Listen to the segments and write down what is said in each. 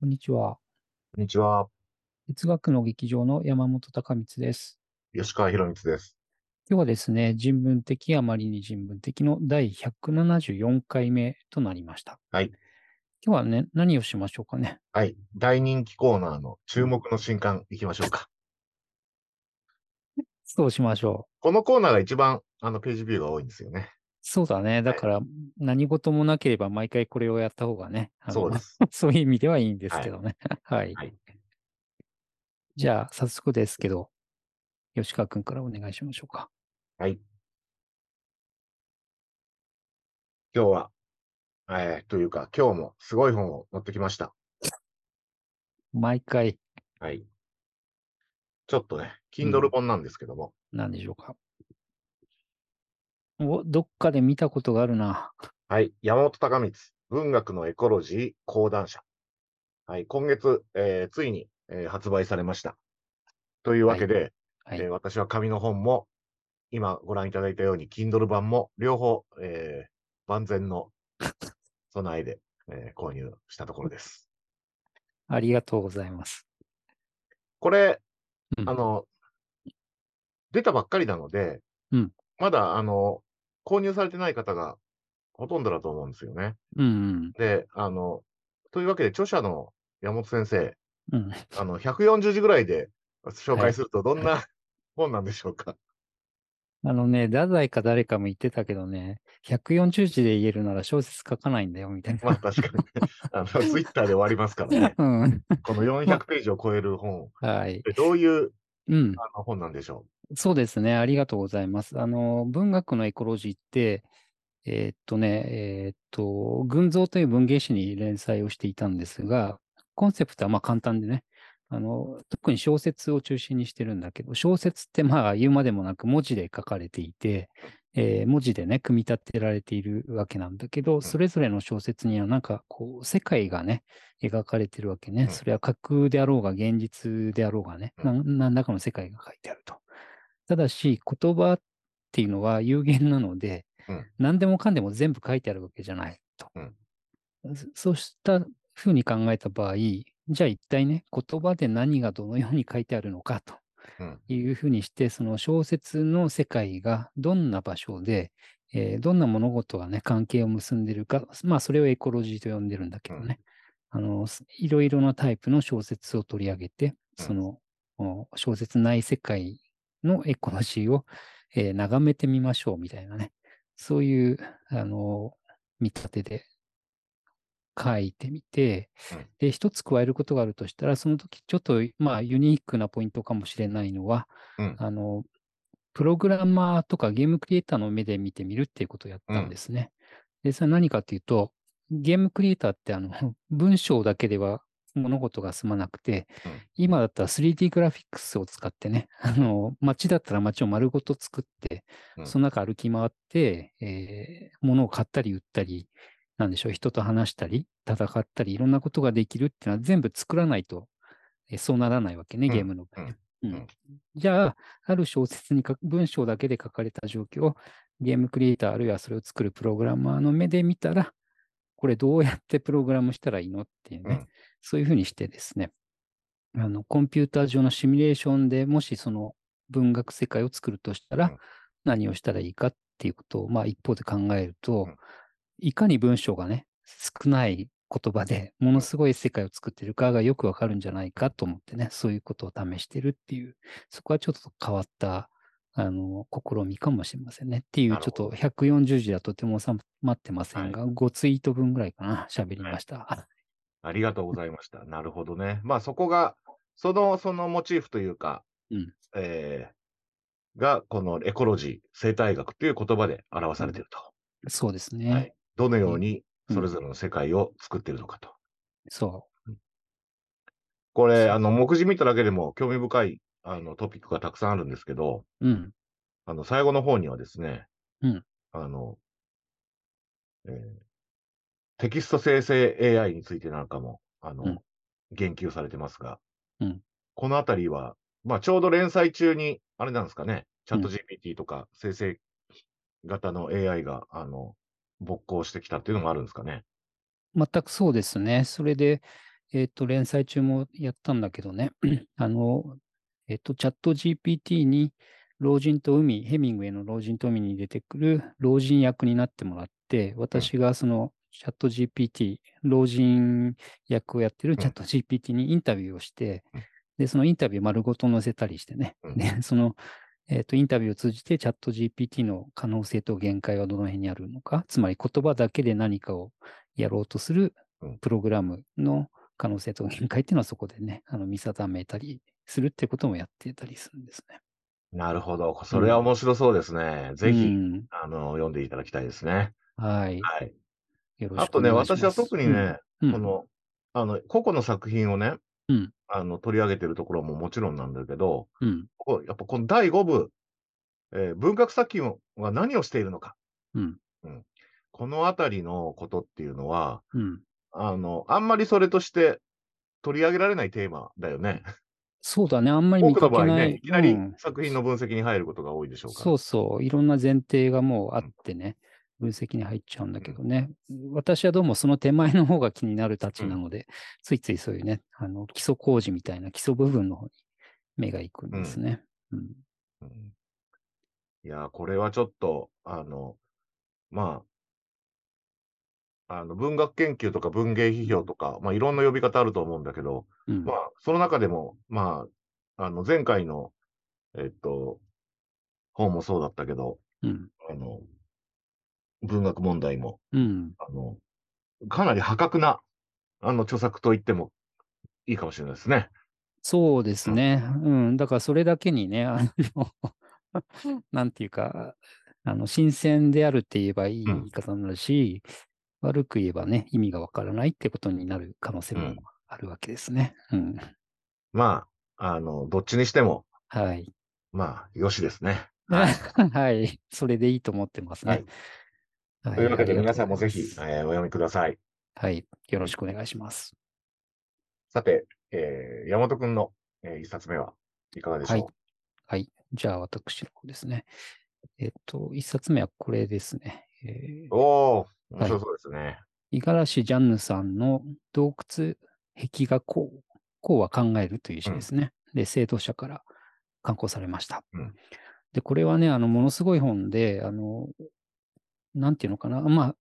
こんにちは。こんにちは。哲学の劇場の山本隆光です。吉川博光です。今日はですね、人文的あまりに人文的の第174回目となりました。はい。今日はね、何をしましょうかね。はい。大人気コーナーの注目の新刊いきましょうか。そうしましょう。このコーナーが一番あのページビューが多いんですよね。そうだね。だから、何事もなければ毎回これをやった方がね、あのそうです。 そういう意味ではいいんですけどね。はい。はい。じゃあ、早速ですけど、吉川くんからお願いしましょうか。はい。今日は、えー、というか、今日もすごい本を持ってきました。毎回、はい。ちょっとね、Kindle 本なんですけども、何でしょうか。お、どっかで見たことがあるな。はい。山本隆光、文学のエコロジー講談社。はい。今月、えーついに、えー発売されました。というわけで、はえーい。私は紙の本も、今ご覧いただいたように、Kindle 版も、両方、えー万全の備えで、えー購入したところです。ありがとうございます。これ、うんあの、出たばっかりなので、うんまだ、あの、購入されてない方がほとんどだと思うんですよね。うんで、あの、というわけで、著者の山本先生、うん。うん。 あの、140字ぐらいで紹は介いすると、どんな本なんでしょうか。 あのね、太宰か誰かも言ってたけどね、140字で言えるなら小説書かないんだよ、みたいな。まあ、確か に、あの、ツイッターで終わりますから ね。うん。この400ページを超える本、はい。でどういううん。あの本なんでしょそうですね。ありがとうございます。あの、文学のエコロジーって、えーっとね、えーっと、群像という文芸誌に連載をしていたんですが、コンセプトはまあ簡単でね、あの、特に小説を中心にしてるんだけど、小説ってまあ言うまでもなく文字で書かれていて、えー文字でね、組み立てられているわけなんだけど、それぞれの小説にはなんかこう、世界がね、描かれてるわけうんね。それは架空であろうが、現実であろうがね、うんなん何らかの世界が書いてあると。ただし、言葉っていうのは有限なので、うん何でもかんでも全部書いてあるわけじゃないと。うんそそうしたふうに考えた場合、じゃあ一体ね、言葉で何がどのように書いてあるのかとうんいうふうにして、その小説の世界がどんな場所で、えーどんな物事がね、関係を結んでるか、まあそれをエコロジーと呼んでるんだけどね、あの、すいろいろなタイプの小説を取り上げて、うんその、お小説ない世界のエコロジーを、えー眺めてみましょうみたいなね、そういう、あの、見立てで書いてみてうん、で、一つ加えることがあるとしたら、その時ちょっと、まあ、ユニークなポイントかもしれないのは、うんあの、プログラマーとかゲームクリエイターの目で見てみるっていうことをやったんですね。で、それは何かっていうと、ゲームクリエイターってあの 文章だけでは物事が済まなくて、うん今だったら 3D グラフィックスを使ってね、あの街だったら街を丸ごと作って、うんその中歩き回って、えー物を買ったり売ったり、なんでしょう、人と話したり、戦ったり、いろんなことができるっていうのは全部作らないと、えーそうならないわけね、うんゲームの場合ね。うんうんじゃあ、ある小説に書く文章だけで書かれた状況をゲームクリエイターあるいはそれを作るプログラマーの目で見たら、これどうやってプログラムしたらいいのっていうね、うんそういうふうにしてですね、あの、コンピューター上のシミュレーションでもしその文学世界を作るとしたら、うん何をしたらいいかっていうことを、まあ一方で考えると、うんいかに文章がね、少ない言葉でものすごい世界を作ってるかがよくわかるんじゃないかと思ってね、そういうことを試してるっていう、そこはちょっと変わった、あの、試みかもしれませんねっていう、なちょるっとほ140字はとても収まってませんが、5ツイート分ぐらいかな、喋りました。ありがとうございました。なるほどね。まあそこが、その、そのモチーフというか、うんえーが、このエコロジー、生態学という言葉で表されていると。そうですはねい。どのようにうんそれぞれの世界を作っているのかと。そこそうれ、あの、目次見ただけでも興味深いあのトピックがたくさんあるんですけど、う。うん。あの、最後の方にはですね、うんあの、えーテキスト生成 AI についてなんかも、あの、うん言及されてますが、うんこのあたりは、まあ、ちょうど連載中に、あれなんですかね、チャットう GPT とか生成型の AI が、あの、勃興してきたっていうのもあるんですかね。全くそうですね。それで、えっ、と、連載中もやったんだけどね、 あの、えっ、と、チャット GPT に、老人と海、ヘミングウェイの老人と海に出てくる老人役になってもらって、私がそのチャット GPT、老人役をやってるチャット GPT にインタビューをしてうん、で、そのインタビュー丸ごと載せたりしてね、うんで、その、えっとインタビューを通じてチャット GPT の可能性と限界はどの辺にあるのか、つまり言葉だけで何かをやろうとするうんプログラムの可能性と限界っていうのはそこでね、 あの見定めたりするってこともやってたりするんですね。なるほど。それは面白そうですね。ぜうひ、んあの、読んでいただきたいですね。はい。はい。よろあしくとおね、願いします。私は特にね、うん、この、あの、個々の作品をね、うんあの、取り上げてるところももちろんなんだけど、うん、うん、ここやっぱこの第5部、えー文学作品は何をしているのか。うんこのあたりのことっていうのは、うん。あの、あんまりそれとして取り上げられないテーマだよね。そうだね、あんまり多見くのか場けな合ねい。、いきなりうん作品の分析に入ることが多いでしょうから。そうそう、いろんな前提がもうあってね、分析に入っちゃうんだけどね、私はどうもその手前の方が気になるたちなので、ついついそういうね、あの基礎工事みたいな基礎部分の方に目が行くんですね。うんうんいやー、これはちょっと、あの、まあ、あの文学研究とか文芸批評とか、まあ、いろんな呼び方あると思うんだけど、うんまあ、その中でも、まあ、あの前回の、えっと、本もそうだったけど、うんあの、文学問題も、うんあの、かなり破格な、あの、著作と言ってもいいかもしれないですね。そうですね。うん。だからそれだけにね、あの、なんていうか、あの、新鮮であるって言えばいいうん言い方になるし、悪く言えばね、意味がわからないってことになる可能性うもんあるわけですね。うん。まあ、あの、どっちにしても、はい。 まあ、よしですね。はい。それでいいと思ってますね。はというわけあで、りが皆とさんうごもざいぜますひ、えーお読みください。はい。よろしくお願いします。さて、えー、山本くんの、えー一冊目はいかがでしょう、はいはい。じゃあ、私の方ですね。えっと、一冊目はこれですね。えーおー、面白そうですね。五十嵐ジャンヌさんの洞窟壁画こう、こうは考えるという詩ですね。で、制度者から刊行されました。うんで、これはね、あの、ものすごい本で、あの、なんていうのかな、まあ、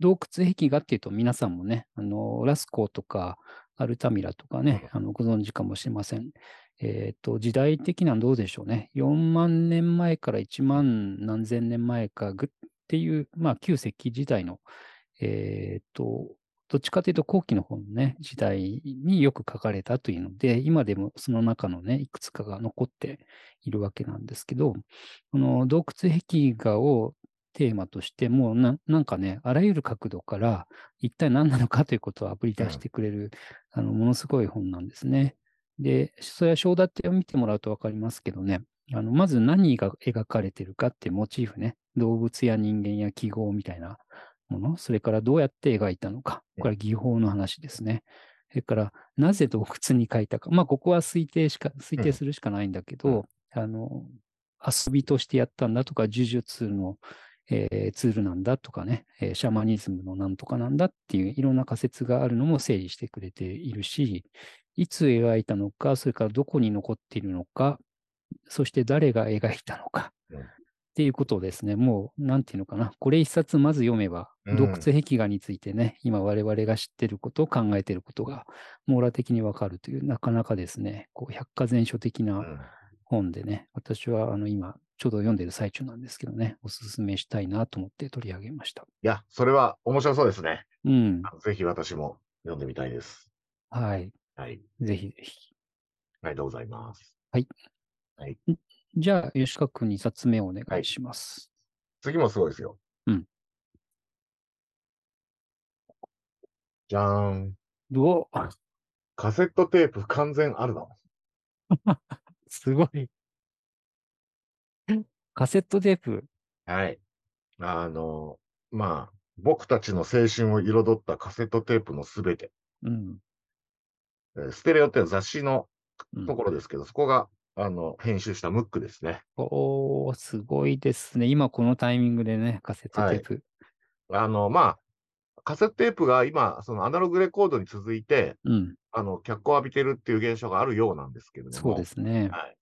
洞窟壁画っていうと皆さんもね、あの、ラスコーとか、アルタミラとかね、あのご存知かもしれません。えっ、と、時代的なのどうでしょうね。4万年前から1万何千年前かぐっていう、まあ、旧石器時代のえーっと、どっちかというと後期の方のね、時代によく書かれたというので、今でもその中のね、いくつかが残っているわけなんですけど、この洞窟壁画をテーマとして、もうななんかね、あらゆる角度から一体何なのかということをあぶり出してくれる、あの、ものすごい本なんですね。で、それは章立てを見てもらうとわかりますけどね、あのまず何が描かれてるかっていうモチーフね、動物や人間や記号みたいなもの、それからどうやって描いたのか、これは技法の話ですね。それから、なぜ洞窟に描いたか、まあ、ここは推定しか、推定するしかないんだけど、あの、遊びとしてやったんだとか、呪術の、えーツールなんだとかね、えーシャーマニズムのなんとかなんだっていういろんな仮説があるのも整理してくれているし、いつ描いたのか、それからどこに残っているのか、そして誰が描いたのか。うんっていうことをですね、もう、なんていうのかな、これ一冊まず読めば、うん洞窟壁画についてね、今我々が知ってることを考えてることが、網羅的にわかるという、なかなかですね、こう百科全書的なうん本でね、私はあの今、ちょうど読んでる最中なんですけどね、おすすめしたいなと思って取り上げました。いや、それは面白そうですね。うん。ぜひ私も読んでみたいです。はい。はい。ぜひぜひ。ありがとうございます。じゃあ、吉川君2冊目をお願いします。次もすごいですよ。うん。じゃーん。どうカセットテープ完全あるの。すごい。カセットテープ。はい。あの、まあ、僕たちの青春を彩ったカセットテープのすべて。うん。えーステレオっていう雑誌のうんところですけど、そこが、あの、編集したムックですね。おー、すごいですね。今このタイミングでね、カセットテープ。あの、まカセットテープが今、そのアナログレコードに続いて、うん、あの、脚光を浴びてるっていう現象があるようなんですけれども。そうですね。はい。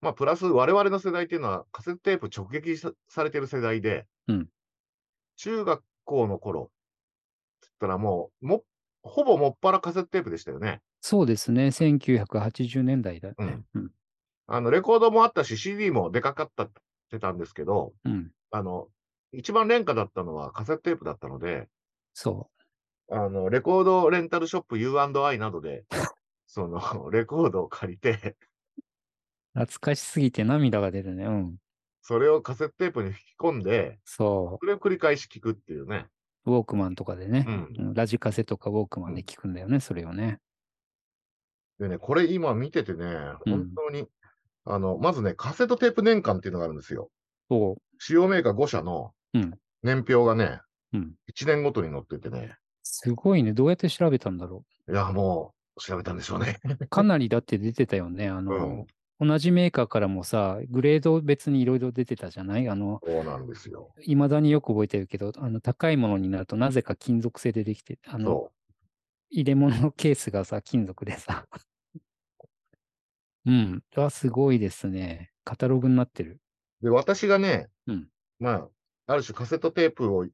まあ、プラス我々の世代っていうのはカセットテープ直撃さされてる世代で、うん中学校の頃、つったらもう、も、ほぼもっぱらカセットテープでしたよね。そうですね。1980年代だね。うんうん。あの、レコードもあったし、CD もでかかったってたんですけど、うん。あの、一番廉価だったのはカセットテープだったので、そあの、レコードレンタルショップ U&I などで、 その、 レコードを借りて、う。懐かしすぎて涙が出るね。うん。それをカセットテープに吹き込んで、そそれを繰り返し聞くっていうね。う。ウォークマンとかでねう。ん。うんラジカセとかウォークマンで聞くんだよね、それをね。でね、これ今見ててね、うん本当に、あの、まずね、カセットテープ年間っていうのがあるんですよ。そ主要メーカー5社のうん年表がね、う。うん。 1年ごとに載っててね、すごいね。どうやって調べたんだろいや、もう調べたんでしょうね。う。かなりだって出てたよね。あの、同じメーカーからもさ、グレード別にいろいろ出てたじゃないあの、そうなんですよ。いまだによく覚えてるけど、あの、高いものになるとなぜか金属製でできて、あの、そ入れ物のケースがさ、金属でさ。うん。あ、すごいですね。カタログになってる。う。で、私がね、うんまあ、ある種カセットテープを、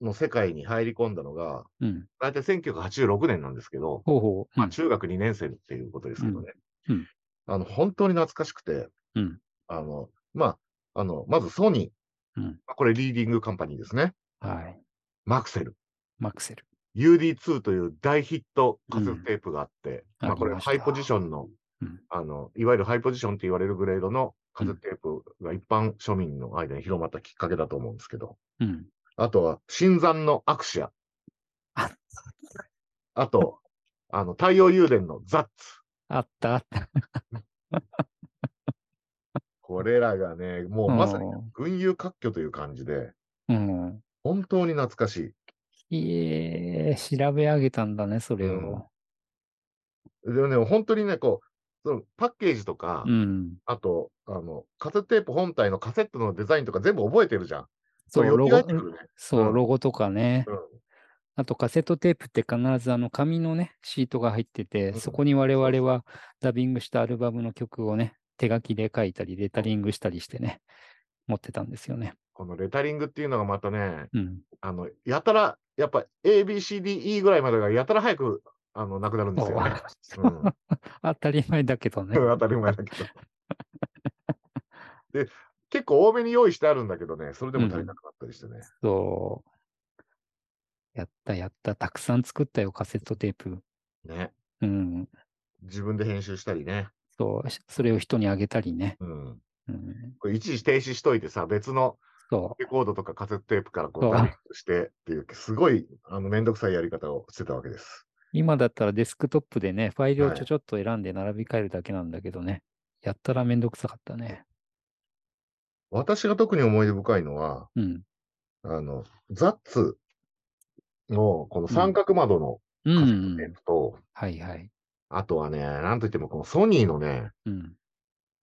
の世界に入り込んだのが、うん。大体1986年なんですけど、ほうほう。まあ、中学2年生っていうことですけどね。うんうんあの、本当に懐かしくて、うんあの、まあ、あの、まずソニー。うんこれリーディングカンパニーですね。うんはい。マクセル。マクセル。 UD2 という大ヒットカセットテープがあって、うんまあこれありましたハイポジションの、うんあの、いわゆるハイポジションって言われるグレードのカセットテープが一般庶民の間に広まったきっかけだと思うんですけど、うん。あとは新山のアクシア。ああと、あの、太陽油田のザッツ。あったあった。これらがね、もうまさに群雄割拠という感じで、うん。うん本当に懐かしい。いえ、調べ上げたんだね、それを。でもね、本当にね、こう、そのパッケージとか、うん。あと、あの、カセットテープ本体のカセットのデザインとか全部覚えてるじゃん。そう、よロみゴがえってくるね。そうう、んロゴとかねうん。あとカセットテープって必ずあの紙のね、シートが入ってて、うんそこに我そうそ々うはダビングしたアルバムの曲をね、手書きで書いたり、レタリングしたりしてね、持ってたんですよね。このレタリングっていうのがまたね、うん。あの、やたら、やっぱ ABCDE ぐらいまでがやたら早く、あの、なくなるんですよね。そううん 当たり前だけどね。 当たり前だけど。で、結構多めに用意してあるんだけどね、それでも足りなくなったりしてね。そう。やったやった。たくさん作ったよ、カセットテープ。ね。うん。自分で編集したりね。そう。しそれを人にあげたりね。うん。うん。これ一時停止しといてさ、別のそレコードとかカセットテープからこそううダビングしてっていう、すごいあのめんどくさいやり方をしてたわけです。う。今だったらデスクトップでね、ファイルをはいちょちょっと選んで並び替えるだけなんだけどね。やったらめんどくさかったね。私が特に思い出深いのは、うん。あの、ザッツのこの三角窓のうカセットテーん。プと、はいはい。あとはね、なんといってもこのソニーのね、うん。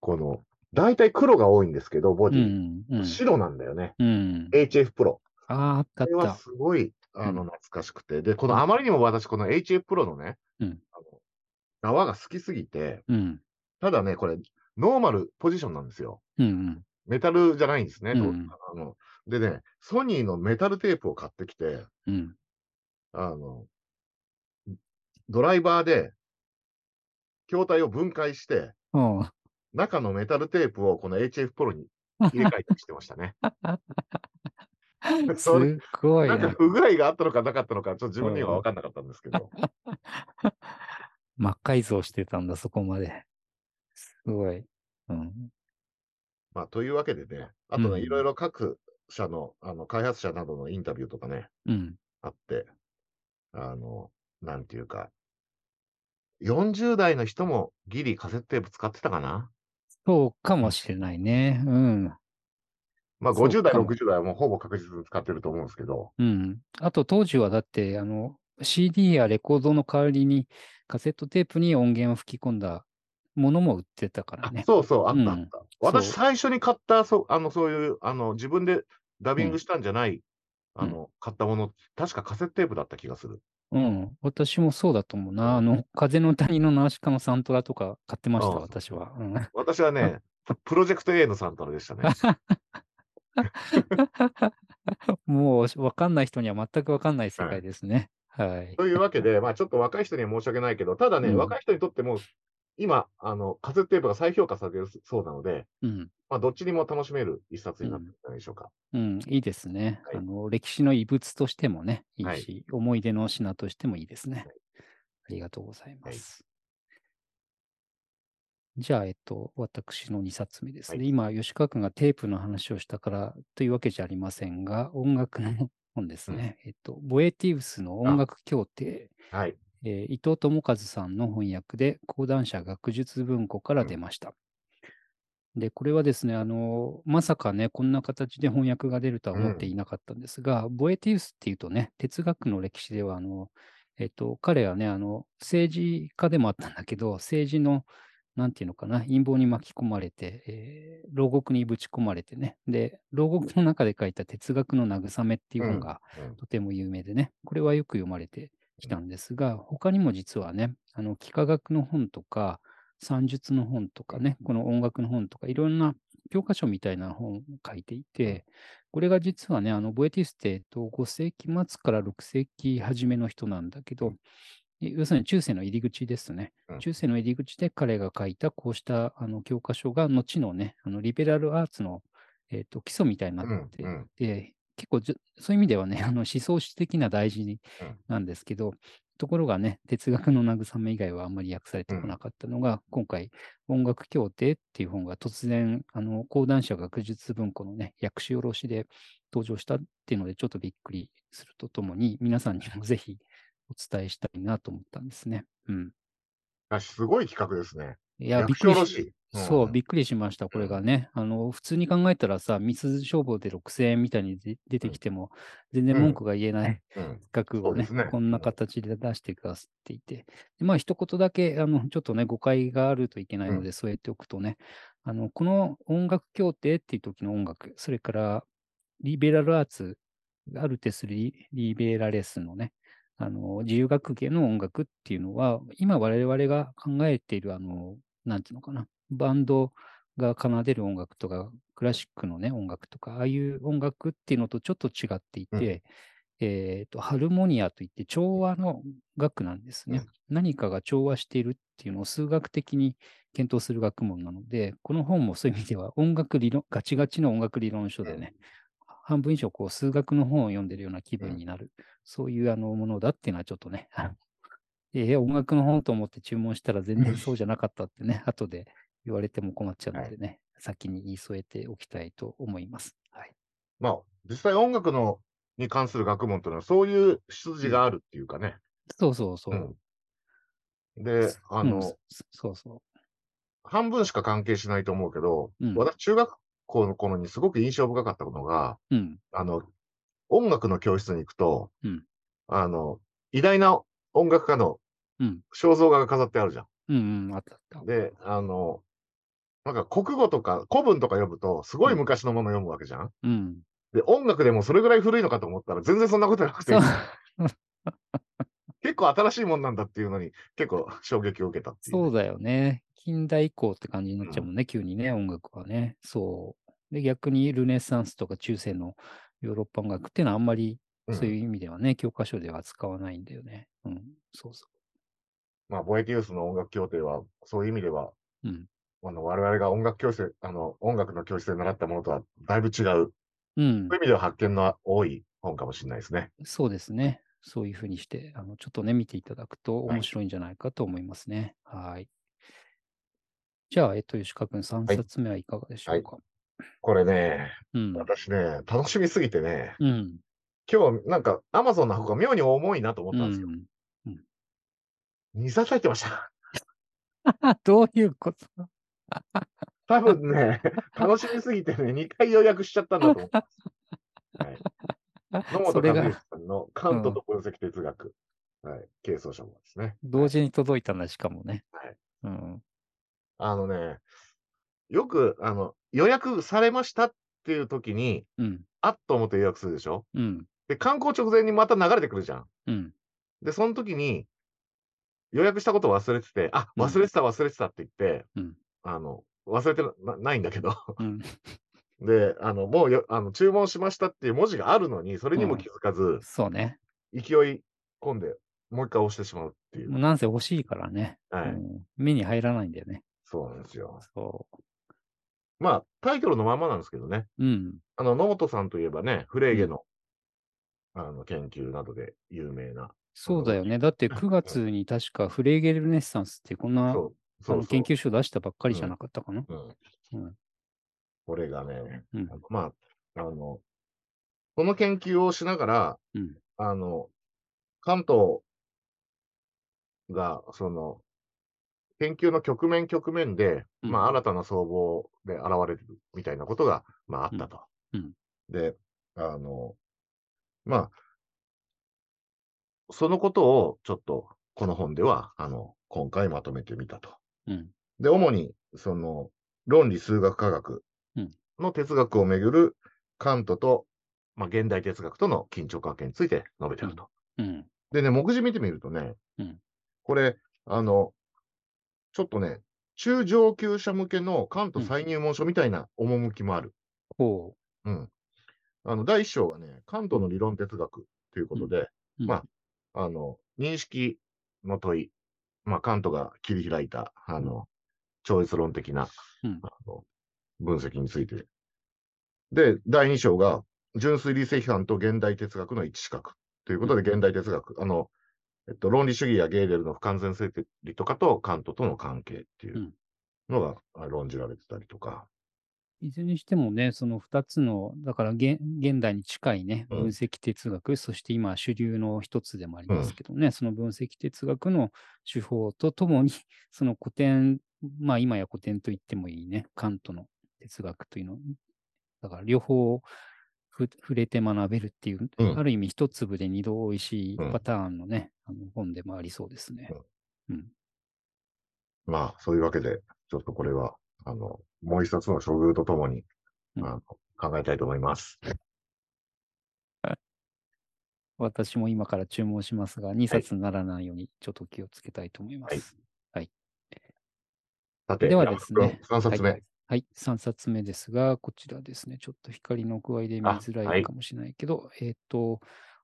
この、大体黒が多いんですけど、ボうディ。ん。うん。白なんだよね。うん。 HF プロ。ああ、あったあこれっはた。すごい、あうの、懐かしくて。で、このあまりにも私、この HF プロのね、うんあの縄が好きすぎて、うん。ただね、これ、ノーマルポジションなんですよ。うん。メタルじゃないんですね。とうんあのでね、ソニーのメタルテープを買ってきて、うん。うん。あの、ドライバーで、筐体を分解して、おう中のメタルテープをこの HF プロに入れ替えたりしてまし たね。す それっごいなんかな。不具合があったのかなかったのか、ちょっと自分には分かんなかったんですけど。魔改造してたんだ、そこまで。すごい。うん。まあ、というわけでね、あとうんね、いろいろ各社の、あの、開発者などのインタビューとかね、うん。あって、あの、なんていうか、40代の人もギリカセットテープ使ってたかなそうかもしれないね。うん。まあそう50代、かも60代はもうほぼ確実に使ってると思うんですけど、うん。あと当時はだって、あの、CD やレコードの代わりにカセットテープに音源を吹き込んだものも売ってたからあね。そうそう、あっうんたあった。私そう最初に買った、そう、あの、そういう、あの、自分でダビングしたんじゃない、あの、買ったもの、確かカセットテープだった気がする。うん。私もそうだと思うな。あの、風の谷のナウシカのサントラとか買ってました、ああ私は。うん 私はね、ププロジェクト A のサンタナでしたね。もう、わかんない人には全くわかんない世界ですね。はい。というわけで、まあちょっと若い人には申し訳ないけど、ただね、うん若い人にとっても、今、あの、カセットテープが再評価されるそうなので、うん。まあどっちにも楽しめる一冊になってるんじゃないでしょうか。うん、いいですね、はいあの。歴史の遺物としてもね、いいし、はい思い出の品としてもいいですね。ありがとうございます。じゃあ、えっと、私の2冊目ですね。はい今、吉川君がテープの話をしたからというわけじゃありませんが、音楽の本ですね。えっと、ボエティウスの音楽協定、はい。えー伊藤智和さんの翻訳で、講談社学術文庫から出ました。で、これはですね、あの、まさかね、こんな形で翻訳が出るとは思っていなかったんですが、ボエティウスっていうとね、哲学の歴史では、あの、えっと、彼はね、あの、政治家でもあったんだけど、政治の、なんていうのかな、陰謀に巻き込まれて、えー牢獄にぶち込まれてね、で、牢獄の中で書いた哲学の慰めっていう本が、うんとても有名でね、これはよく読まれてきたんですが、他にも実はね、あの、幾何学の本とか、算術の本とかね、この音楽の本とか、いろんな教科書みたいな本を書いていて、これが実はね、あの、ボエティウスって、えっと5世紀末から6世紀初めの人なんだけど、え要するに中世の入り口ですねうん。中世の入り口で彼が書いたこうしたあの教科書が、後のね、あのリベラルアーツの、えっと基礎みたいになってうんうんで、結構じゅそういう意味ではね、あの思想史的な大事にうんなんですけど、ところがね、哲学の慰め以外はあんまり訳されてこなかったのが、今回、音楽協定っていう本が突然、あの、講談社学術文庫のね、訳し下ろしで登場したっていうので、ちょっとびっくりするとともに、皆さんにもぜひお伝えしたいなと思ったんですね。うん。あすごい企画ですね。いや、び役っくり所しらしいうんそう、びっくりしました、これがね。あの、普通に考えたらさ、ミス消防で6000円みたいにで出てきても、全然文句が言え ないうん企画をね、そうですねこんな形で出してくださっていて。でまあ、一言だけ、あの、ちょっとね、誤解があるといけないので、添えておくとね、あの、この音楽協定っていう時の音楽、それから、リベラルアーツ、アルテスリ・リベラレスのね、あの、自由学芸の音楽っていうのは、今我々が考えている、あの、なんていうのかな、バンドが奏でる音楽とか、クラシックのね、音楽とか、ああいう音楽っていうのとちょっと違っていて、えっと、ハルモニアといって調和の学なんですね。何かが調和しているっていうのを数学的に検討する学問なので、この本もそういう意味では音楽理論、ガチガチの音楽理論書でね、半分以上こう数学の本を読んでるような気う分んになる、そういうあのものだっていうのはちょっとね、あのえー音楽の本と思って注文したら全然そうじゃなかったってね、後で言われても困っちゃうのでね、先に言い添えておきたいと思います。はい。まあ、実際音楽のに関する学問というのは、そういう出自があるっていうかね。そうそうそうう。んで、あの、うんそそうそ半分しか関係しないと思うけど、うん私、中学校の頃にすごく印象深かったのが、う。うん。あの、音楽の教室に行くと、うんあの、偉大な音楽家のうん肖像画が飾ってあるじゃん。うんうん。あったあった。で、あの、なんか国語とか古文とか読むと、すごい昔のもの読むわけじゃん。うん。で、音楽でもそれぐらい古いのかと思ったら、全然そんなことなくてそう、結構新しいもんなんだっていうのに、結構衝撃を受けたっていうね、そうだよね。近代以降って感じになっちゃうもんね、急にね、音楽はね。そう。で、逆にルネサンスとか中世のヨーロッパ音楽っていうのはあんまりうんそういう意味ではね、教科書では扱わないんだよね。うん、そうそまあ、ボエティウスの音楽協定は、そういう意味では、う。うん。あの我々が音楽教室で、あの、音楽の教室で習ったものとはだいぶ違う、そううんいう意、味では発見の多い本かもしれないですね。そうですね。そういうふうにして、あのちょっとね、見ていただくとはい面白いんじゃないかと思いますね。はい。じゃあ、えっと、吉川君、3はい冊目はいかがでしょうか。これね、うん。私ね、楽しみすぎてね、うん。今日なんか Amazon の箱が妙に重いなと思っうたんですよ。ん。 2冊入ってました。 どういうこと多分ね、楽しみすぎてね、2回予約しちゃったんだと思ったんです。はい、野そ本れ和が之さんのカントと分析哲学、はい、軽装書もですね。同時に届いたんだ、しかもね。はいうん。あのね、よくあの予約されましたっていう時に、うん。あっと思って予約するでしょうん。で、観光直前にまた流れてくるじゃん。うん。で、その時に、予約したこと忘れてて、あ、うん忘れてた、忘れてたって言って、うんあの、忘れてなないんだけど、 うん。 で、あの、もうよあの注文しましたっていう文字があるのに、それにも気づかず、そうね。勢い込んで、もう一回押してしまうっていう。もうなんせ欲しいからね。はい。うん目に入らないんだよね。そうなんですよ。そまあ、タイトルのまんまなんですけどね。う。うん。あの、野本さんといえばね、フレーゲの、あの、研究などで有名な。そうだよね。だって9月に確かフレーゲルネッサンスってこんなそう、あそうのそう研究書出したばっかりじゃなかったかな。ううんん。これがね、うんあのまあ、あの、この研究をしながら、うんあの、関東が、その、研究の局面局面で、うんまあ、新たな総合で現れるみたいなことが、まあ、あったと。うんで、あの、まあ、そのことを、ちょっと、この本では、あの、今回まとめてみたと。うん。で、主に、その、論理数学科学うんの哲学をめぐるカントと、まあ、現代哲学との緊張関係について述べてると。うん。でね、目次見てみるとね、うんこれ、あの、ちょっとね、中上級者向けのカント再入門書みたいな趣もある。こうん。あの、第一章はね、カントの理論哲学ということで、う。うんまああの、認識の問い、まあ、カントが切り開いた、あの、超越論的な、うんあの分析について。で、第2章が、純粋理性批判と現代哲学の一視覚。ということで、現代哲学、あの、えっと、論理主義やゲーデルの不完全性理とかとカントとの関係っていうのがあ論じられてたりとか。いずれにしてもね、その2つの、だから現現代に近いね、うん分析哲学、そして今主流の一つでもありますけどね、その分析哲学の手法とともに、 その古典、まあ今や古典と言ってもいいね、カントの哲学というの、だから両方ふ触れて学べるっていう、うんある意味一粒で二度おいしいうんパターンのね、あの本でもありそうですね。うん。まあ、そういうわけで、ちょっとこれは、あの、もう一冊の処遇とともに、うんあの考えたいと思います。私も今から注文しますが、2冊にならないようにちょっと気をつけたいと思います。はいさて、ではですね、 3冊目。はい。はい、3冊目ですが、こちらですね、ちょっと光の具合で見づあはらいいかもしれないけど、えっ、と、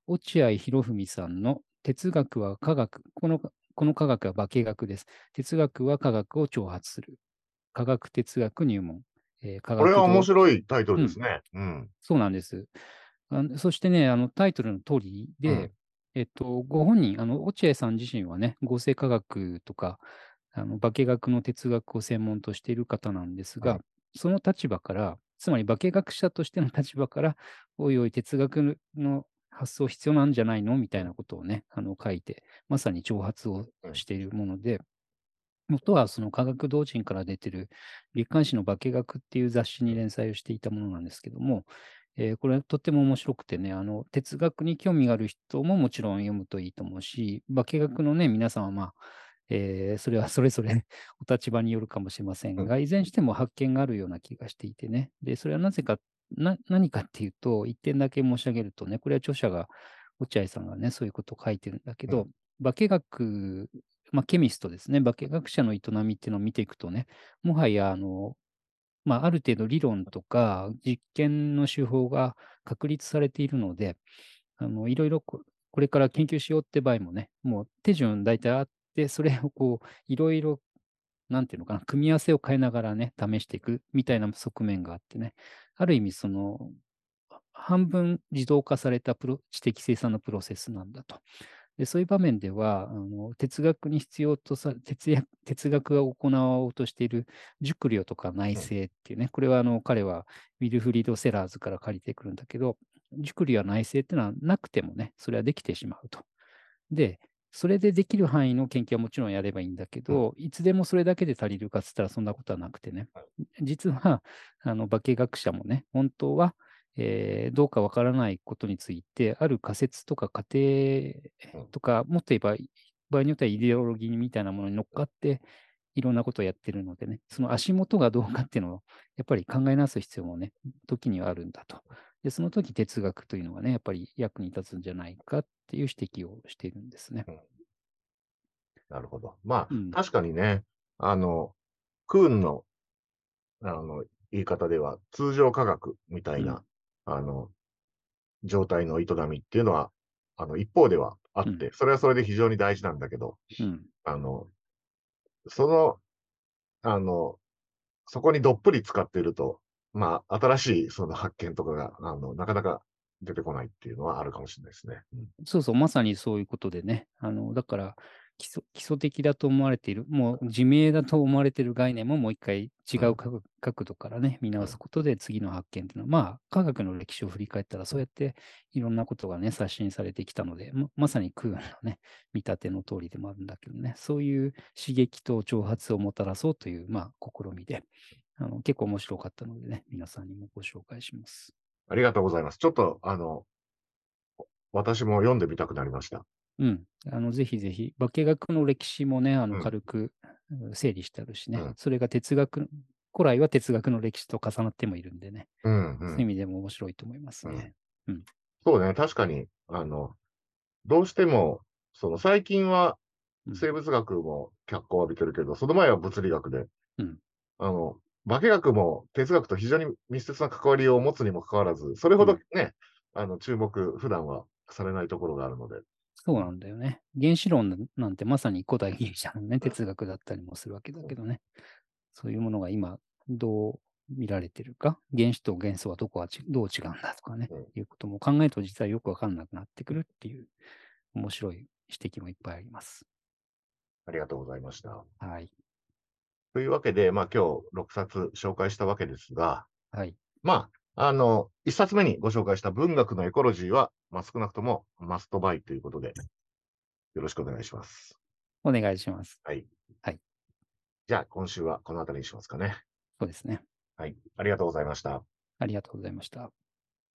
落合博文さんの哲学は科学、このこの科学は化学です。哲学は科学を挑発する。科学哲学入門。えー科これは学道面白いタイトルですね。うん。そうなんです。あのそしてね、あのタイトルの通りで、うんえっと、ご本人、あの落合さん自身はね、合成科学とか、あの化学の哲学を専門としている方なんですが、はその立場から、つまり化学者としての立場から、おいおい哲学の発想必要なんじゃないのみたいなことをね、あの書いて、まさに挑発をしているもので、元はその科学同人から出てる月刊誌の化学っていう雑誌に連載をしていたものなんですけども、えーこれとっても面白くてね、あの、哲学に興味がある人ももちろん読むといいと思うし、化学のね、皆さんはまあ、えーそれはそれぞれ お立場によるかもしれませんが、いずれにしても発見があるような気がしていてね。で、それはなぜか、な何かっていうと、一点だけ申し上げるとね、これは著者が、落合さんがね、そういうことを書いてるんだけど、化学、まあ、ケミストですね、化学者の営みっていうのを見ていくとね、もはや、あの、まあ、ある程度理論とか実験の手法が確立されているので、あのいろいろここれから研究しようって場合もね、もう手順大体あって、それをこう、いろいろ、なんていうのかな、組み合わせを変えながらね、試していくみたいな側面があってね、ある意味その、半分自動化されたプロ知的生産のプロセスなんだと。でそういう場面ではあの、哲学に必要とさ哲学、哲学が行おうとしている熟慮とか内政っていうね、これはあの彼はウィルフリード・セラーズから借りてくるんだけど、熟慮や内政っていうのはなくてもね、それはできてしまうと。で、それでできる範囲の研究はもちろんやればいいんだけど、いつでもそれだけで足りるかっつったらそんなことはなくてね、実はあの化学者もね、本当は、えーどうかわからないことについて、ある仮説とか仮定とか、もっと言えば、場合によってはイデオロギーみたいなものに乗っかって、いろんなことをやってるのでね、その足元がどうかっていうのを、やっぱり考え直す必要もね、時にはあるんだと。で、その時哲学というのがね、やっぱり役に立つんじゃないかっていう指摘をしているんですね。なるほど。まあ、うん確かにね、あの、クーンの、あの、言い方では、通常科学みたいな、あの、状態の営みっていうのは、あの、一方ではあって、うんそれはそれで非常に大事なんだけど、うん。あの、その、あの、そこにどっぷり使っていると、まあ、新しいその発見とかが、あの、なかなか出てこないっていうのはあるかもしれないですね。うんそうそう、まさにそういうことでね。あの、だから、基礎基礎的だと思われている、もう自明だと思われている概念ももう一回違う角角度からね、見直すことで次の発見っていうのは、まあ、科学の歴史を振り返ったら、そうやっていろんなことがね、刷新されてきたので、ままさに空のね、見立ての通りでもあるんだけどね、そういう刺激と挑発をもたらそうという、まあ、試みで、あの結構面白かったのでね、皆さんにもご紹介します。ありがとうございます。ちょっと、あの、私も読んでみたくなりました。うん。あの、ぜひぜひ、化学の歴史もね、あうの、ん軽くうん整理してあるしね、うんそれが哲学、古来は哲学の歴史と重なってもいるんでね、うん、うそういんう意。味でも面白いと思いますね。そうね、確かに、あの、どうしても、その最近はうん生物学も脚光を浴びてるけど、その前は物理学で、うんあの、化学も哲学と非常に密接な関わりを持つにもかかわらず、それほどね、あの、注目、普段はされないところがあるので、そうなんだよね。原子論ななんてまさに古代ギリシャのね、哲学だったりもするわけだけどね、そういうものが今、どう見られてるか、原子と元素はどこはちどう違うんだとかね、うんいうことも考えると実はよくわかんなくなってくるっていう、面白い指摘もいっぱいあります。ありがとうございました。はい。というわけで、まあ今日6冊紹介したわけですが、はい。まあ、あの、一冊目にご紹介した文学のエコロジーは、まあ、少なくともマストバイということで、よろしくお願いします。お願いします。じゃあ、今週はこの辺りにしますかね。そうですね。はい。ありがとうございました。ありがとうございました。